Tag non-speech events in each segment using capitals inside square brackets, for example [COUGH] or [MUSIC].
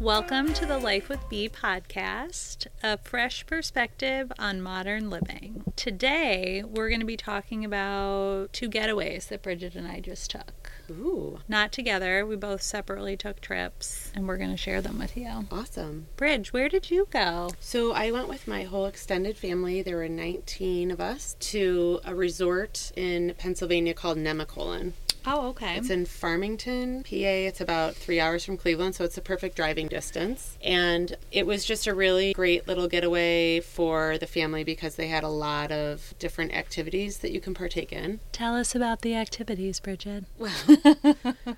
Welcome to the Life with Bee podcast, a fresh perspective on modern living. Today, we're going to be talking about two getaways that Bridget and I just took. Ooh, Not together, we both separately took trips, and we're going to share them with you. awesome. Bridge, where did you go? So I went with my whole extended family. There were 19 of us to a resort in Pennsylvania called Nemacolin. Oh, okay. It's in Farmington, PA. It's about three hours from Cleveland, so it's a perfect driving distance. And it was just a really great little getaway for the family because they had a lot of different activities that you can partake in. Tell us about the activities, Bridget.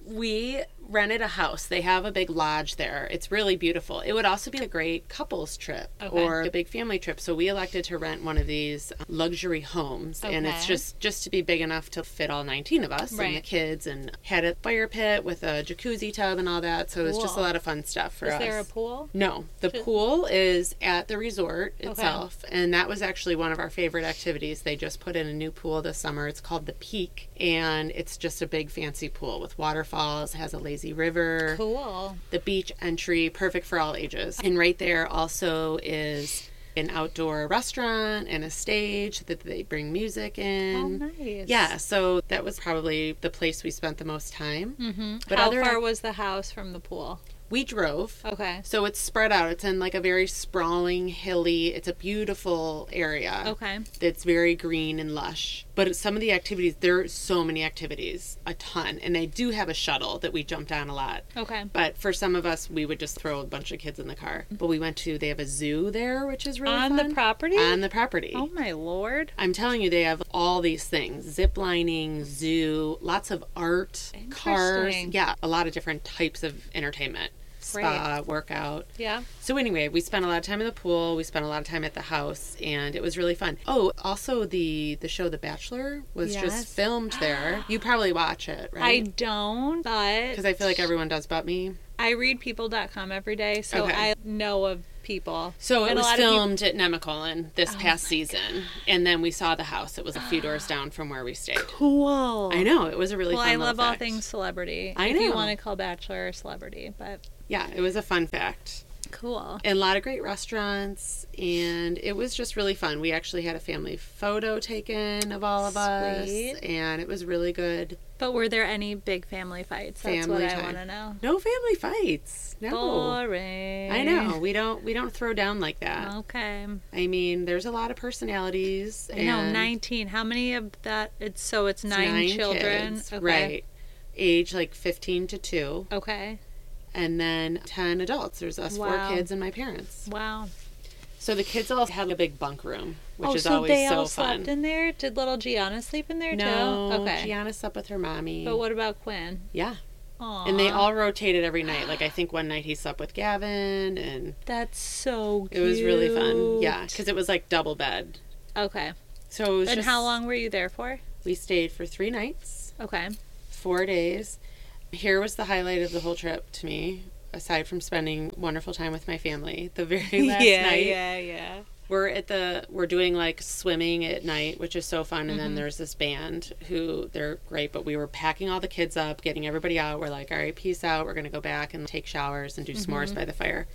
We rented a house. They have a big lodge there. It's really beautiful. It would also be a great couples trip Okay. or a big family trip. So we elected to rent one of these um, luxury homes and it's Okay. just just to be big enough to fit all 19 of us and the Right. kids and had a fire pit with a jacuzzi tub and all that. So it was just a Cool. lot of fun stuff for Is us. there a pool? No, the pool is at the resort itself, and that was actually one of our favorite activities. They just put in a new pool this summer. It's called the Peak, and it's just a big fancy pool with waterfalls, has a lazy river, Cool. the beach entry, perfect for all ages. And right there also is an outdoor restaurant and a stage that they bring music Oh, in. nice. Yeah, so that was probably the place we spent the most time. hmm But How other- far was the house from the pool? We drove. Okay. So it's spread out. It's in like a very sprawling, hilly. It's a beautiful area. Okay. It's very green and lush. But some of the activities, there are so many activities, a ton. And they do have a shuttle that we jumped on a lot. Okay. But for some of us, we would just throw a bunch of kids in the car. But we went to, they have a zoo there, which is Mm-hmm. really On fun. Uh, the property? On the property. Oh my lord. I'm telling you, they have all these things zip lining, zoo, lots of art, cars. Interesting. Yeah, a lot of different types of entertainment spa, workout. Yeah. So anyway, we spent a lot of time in the pool. We spent a lot of time at the house, and it was really fun. Oh, also the the show The Bachelor was just Yes. filmed [GASPS] there. You probably watch it, I right? don't, Because but I feel like everyone does, but me. I read people.com every day, so Okay. I know of people. So it And a was lot of peop- Oh filmed at Nemacolin this past season, and then we saw the house. It was a [GASPS] few doors down from where we stayed. Cool. I know it was a really Well, fun I little love all fact. things celebrity. I If you know. want to call Bachelor a celebrity, but Yeah, it was a fun fact. cool. and a lot of great restaurants and it was just really fun we actually had a family photo taken of all of Sweet. us and it was really good But were there any big family fights? That's Family what I time. want to know. no family fights no Boring. i know we don't we don't throw down like Uh-huh. that Okay. i mean there's a lot of personalities I know and 19. How many of that? It's so it's it's nine, children. kids, okay. right age like 15 to 2 Okay. and then 10 adults there's us Wow. four kids and my parents Wow. so the kids all have a big bunk room which oh, is so always they so all fun slept in there? Did little Gianna sleep in there no too? Okay. gianna slept with her mommy But what about Quinn? yeah Aww, And they all rotated every night. Like I think one night he slept with Gavin, and That's so it cute. was really fun. Yeah, because it was like double bed. Okay. So it was And just- how long were you there for? We stayed for three nights, Okay. [LAUGHS] four days. Here was the highlight of the whole trip to me. Aside from spending wonderful time with my family, the very [LAUGHS] last night yeah, yeah. we're at the we're doing like swimming at night, which is so fun. And Mm-hmm. then there's this band who they're great, but we were packing all the kids up, getting everybody out. We're like, all right, peace out. We're gonna go back and take showers and do Mm-hmm. s'mores by the fire.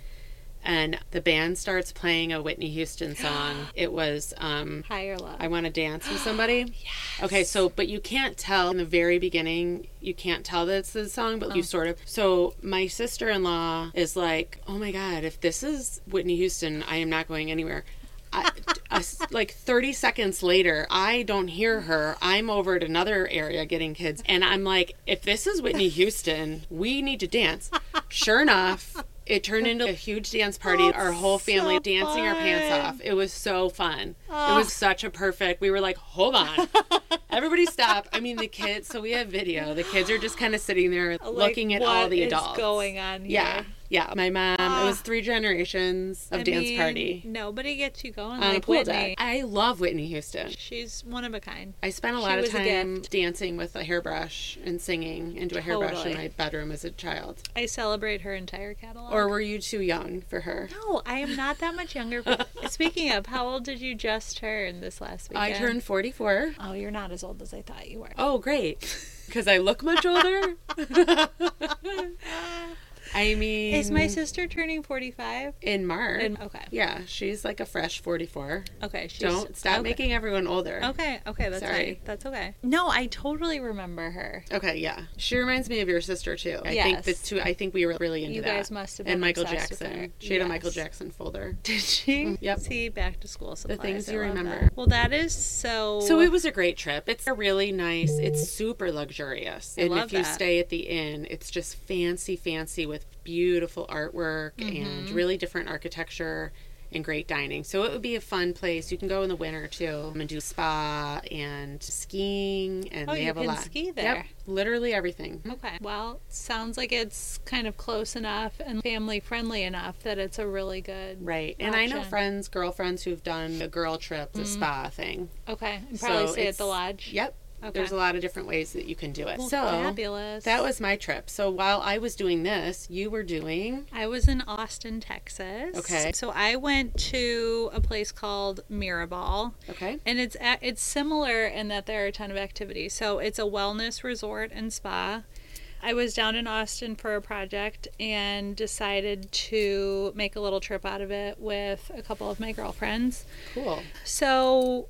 And the band starts playing a Whitney Houston [GASPS] song. it was um, High or low? I Want to Dance with Somebody. yes. Okay, so, but you can't tell in the very beginning, you can't tell that it's the song, but you sort of. So, my sister in law is like, oh my God, if this is Whitney Houston, I am not going anywhere. I, [LAUGHS] us- like 30 seconds later, I don't hear her. I'm over at another area getting kids. And I'm like, if this is Whitney Houston, we need to dance. Sure enough, it turned into a huge dance party. Oh, Our whole family so dancing our pants fun. off. It was so fun. It was such a perfect. We were like, [LAUGHS] hold on. Everybody stop. I mean, the kids, so we have video. The kids are just kind of sitting there looking at all the adults. What's going on here? Yeah. Yeah. My mom, it was three generations of I dance mean, party Nobody gets you going on like a pool Whitney. deck. I love Whitney Houston. She's one of a kind. I spent a She lot of was a time gift. dancing with a hairbrush and singing into a hairbrush in Totally. Oh, my bedroom as a child. I celebrate her entire catalog. Or were you too young for her? no, I am not that much [LAUGHS] younger. But speaking of, how old did you just turn this last weekend? I turned 44. Oh, you're not as old as I thought [LAUGHS] you were. [LAUGHS] Oh, great. Because I look much older. I mean, [LAUGHS] Is my sister turning 45? in March. In- okay. Yeah, she's like a fresh 44. Okay. She's, Don't stop okay. making everyone older. Okay, okay, that's Sorry. right. That's okay. No, I totally remember her. Okay, yeah. She reminds me of your sister too. I think the Yes. two. I think we were really into You that. guys must have and been Michael obsessed with Jackson. her. She had a Michael Yes. Jackson folder. [LAUGHS] Did she? Mm, Yep. See, back to school supplies. things I you love remember. that. Well, that is so. So it was a great trip. It's a really nice. It's super luxurious, I and love if you that. stay at the inn, it's just fancy, fancy with beautiful artwork Mm-hmm. and really different architecture and great dining. So it would be a fun place. You can go in the winter too and do spa and skiing, and Oh, they you have a can lot. ski Yep, there. literally everything. Okay. Well, sounds like it's kind of close enough and family friendly enough that it's a really good. Right, and I know Option. friends, girlfriends who've done a girl trip, Mm-hmm. the spa thing. Okay. And probably So stay at it's- the lodge. Yep. Okay. There's a lot of different ways that you can do it. Well, so fabulous. that was my trip. So while I was doing this, you were doing I was in Austin, Texas. Okay. So I went to a place called Mirabal. okay. And it's a- it's similar in that there are a ton of activities. So it's a wellness resort and spa. I was down in Austin for a project and decided to make a little trip out of it with a couple of my girlfriends. Cool. So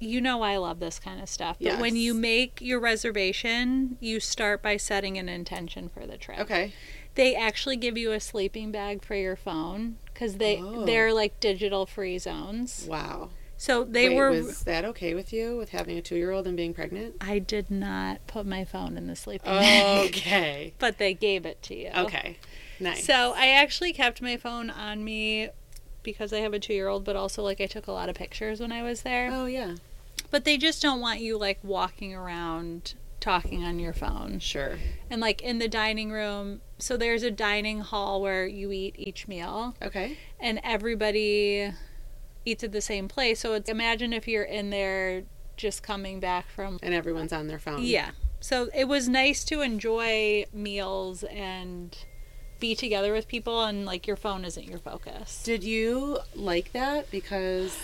you know I love this kind of stuff. But when Yes. you make your reservation, you start by setting an intention for the trip. Okay. They actually give you a sleeping bag for your phone cuz they Oh. they're like digital free zones. Wow. So they Wait, were was that okay with you with having a 2-year-old and being pregnant? I did not put my phone in the sleeping bag, Oh, [LAUGHS] Okay. [LAUGHS] but they gave it to you. okay. Nice. So I actually kept my phone on me because I have a two year old, but also like I took a lot of pictures when I was there. oh yeah. But they just don't want you like walking around talking on your phone. Sure. And like in the dining room, so there's a dining hall where you eat each meal Okay. and everybody eats at the same place. So it's imagine if you're in there just coming back from And everyone's on their phone. yeah. So it was nice to enjoy meals and be together with people and like your phone isn't your focus. Did you like that because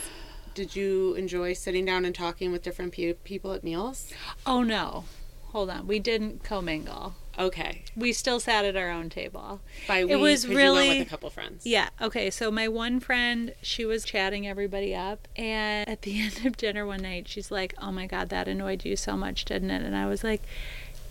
did you enjoy sitting down and talking with different pe- people at meals? Oh no. Hold on. We didn't commingle. Okay. We still sat at our own table. By we, It was 'cause you went really- with a couple friends. Yeah. Okay. So my one friend, she was chatting everybody up and at the [LAUGHS] end of dinner one night, she's like, "Oh my god, that annoyed you so much, didn't it?" And I was like,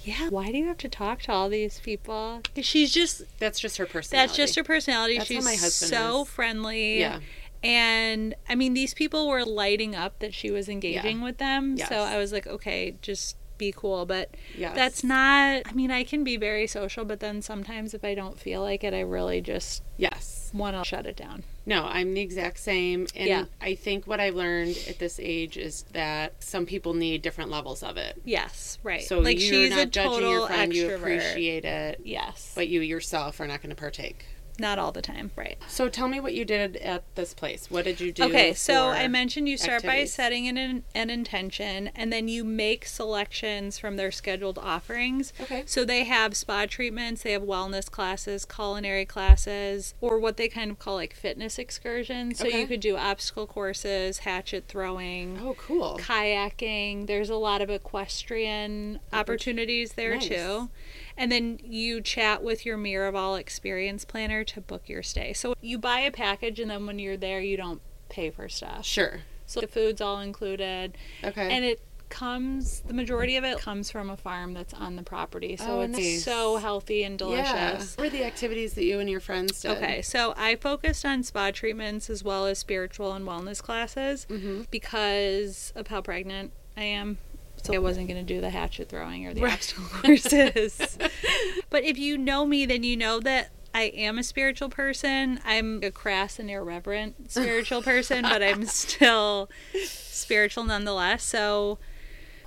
"Yeah, why do you have to talk to all these people?" She's just That's just her personality. that's just her personality. That's how She's my husband so is. friendly. Yeah. And I mean, these people were lighting up that she was engaging with them. Yes. So I was like, okay, just be cool. But Yes. that's not, I mean, I can be very social, but then sometimes if I don't feel like it, I really just Yes. want to shut it down. No, I'm the exact same. And Yeah. I think what I've learned at this age is that some people need different levels of it. Yes, right. So like you're she's not a judging total your friend, extrovert. you appreciate it, yes, but you yourself are not going to partake. not all the time. Right. So tell me what you did at this place. What did you do? Okay, so for- I mentioned you start activities? by setting an, an intention and then you make selections from their scheduled offerings. Okay. So they have spa treatments, they have wellness classes, culinary classes, or what they kind of call like fitness excursions. So Okay. you could do obstacle courses, hatchet throwing, Oh, cool. kayaking. There's a lot of equestrian opportunities there Nice. too. And then you chat with your Miraval experience planner to book your stay. So you buy a package and then when you're there you don't pay for stuff. Sure. So the food's all included Okay. and it comes the majority of it comes from a farm that's on the property. So Oh, it's nice. so healthy and delicious. What were the activities that you and your friends did? Okay, so I focused on spa treatments as well as spiritual and wellness classes because of how pregnant I am. So I wasn't going to do the hatchet throwing or the Right. obstacle [LAUGHS] courses. but if you know me, then you know that I am a spiritual person. I'm a crass and irreverent spiritual person, but I'm still spiritual nonetheless. So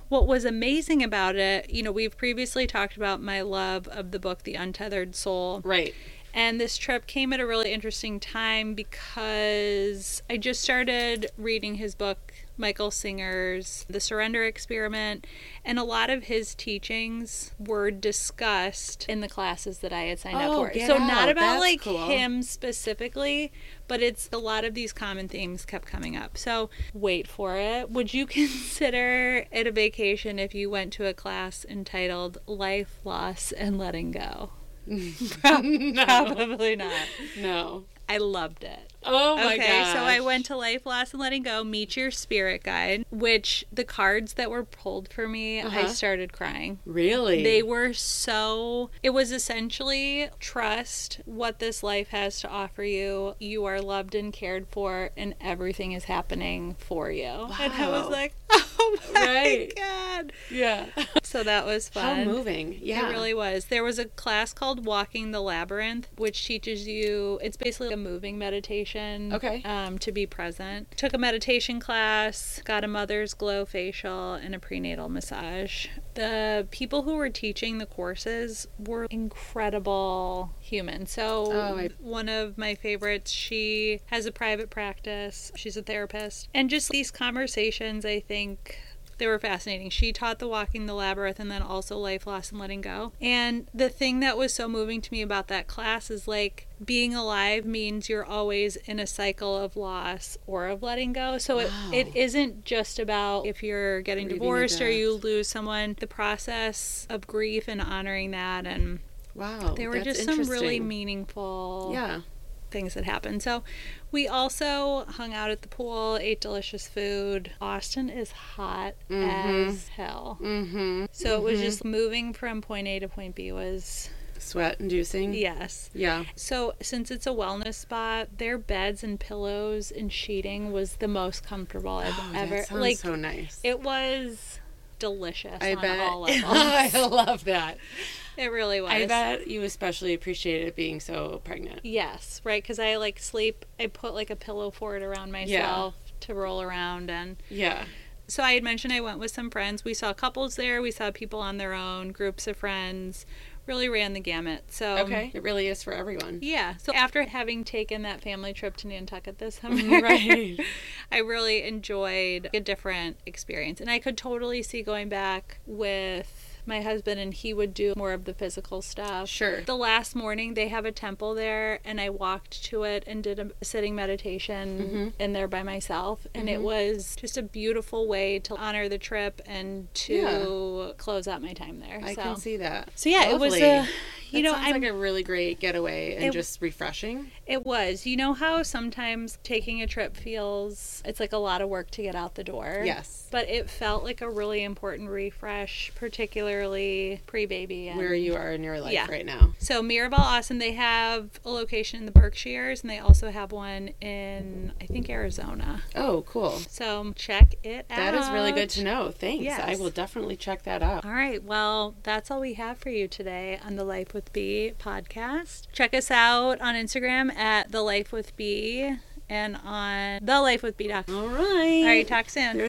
what was amazing about it, you know, we've previously talked about my love of the book The Untethered Soul. Right. And this trip came at a really interesting time because I just started reading his book, Michael Singer's The Surrender Experiment, and a lot of his teachings were discussed in the classes that I had signed Oh, up for. get So, not out. about That's like cool. him specifically, but it's a lot of these common themes kept coming up. So, wait for it. Would you [LAUGHS] consider it a [LAUGHS] vacation if you went to a class entitled Life, Loss, and Letting Go? Oh. no, Probably not. no. I loved it. Oh my okay, god. so I went to Life, Loss, and Letting Go, Meet Your Spirit Guide, which the cards that were pulled for me, I Uh-huh. started crying. Really? They were so. It was essentially trust what this life has to offer you. You are loved and cared for, and everything is happening for you. And I was Wow. like, [LAUGHS] oh my Right. God. [LAUGHS] Yeah. So that was fun. How moving. Yeah. It really was. There was a class called Walking the Labyrinth, which teaches you, it's basically a moving meditation. Okay. Um, to be present. Took a meditation class, got a mother's glow facial, and a prenatal massage. The people who were teaching the courses were incredible humans. So, Oh, I- one of my favorites, she has a private practice, she's a therapist. And just these conversations, I think they were fascinating. She taught the walking the labyrinth and then also life loss and letting go. And the thing that was so moving to me about that class is like being alive means you're always in a cycle of loss or of letting go. So it, Wow. it isn't just about if you're getting Grieving a divorced or death. you lose someone, the process of grief and honoring that and Wow. there were Oh, that's just some really interesting. meaningful Yeah. things that happened. So we also hung out at the pool, ate delicious food. Austin is hot Mhm. as hell. Mm-hmm. So it was just moving from point A to point B was Sweat inducing. yes. Yeah. So since it's a wellness spot, their beds and pillows and sheeting was the most comfortable I've Oh, ever that sounds like so nice. it was delicious I on bet. [LAUGHS] all levels. I love that. it really was. I bet you especially appreciated it being so pregnant. Yes, right. Because I like sleep. I put like a pillow for it around myself to roll around, and Yeah. so I had mentioned I went with some friends. We saw couples there. We saw people on their own, groups of friends. Really ran the gamut. So um, Okay. it really is for everyone. Yeah. So after having taken that family trip to Nantucket this summer, [LAUGHS] right. I really enjoyed a different experience, and I could totally see going back with. My husband and he would do more of the physical stuff. Sure. The last morning they have a temple there, and I walked to it and did a sitting Mm-hmm. meditation in there by myself, and it was just a beautiful way to honor the trip and to close out my time there. I so. can see that. So yeah, it was Lovely. a. You That know, sounds I'm like a really great getaway and It- just refreshing. it was. You know how sometimes taking a trip feels it's like a lot of work to get out the door? Yes. But it felt like a really important refresh, particularly pre baby. and Where you are in your life Yeah. right now. So, Mirabelle Austin, they have a location in the Berkshires and they also have one in, I think, Arizona. Oh, cool. So, check it out. That is really good to know. Thanks. I Yes. will definitely check that out. All right. Well, that's all we have for you today on the Life with Bee podcast. Check us out on Instagram at the Life with Bee and on the Life with Bee. All right. All right. Talk soon.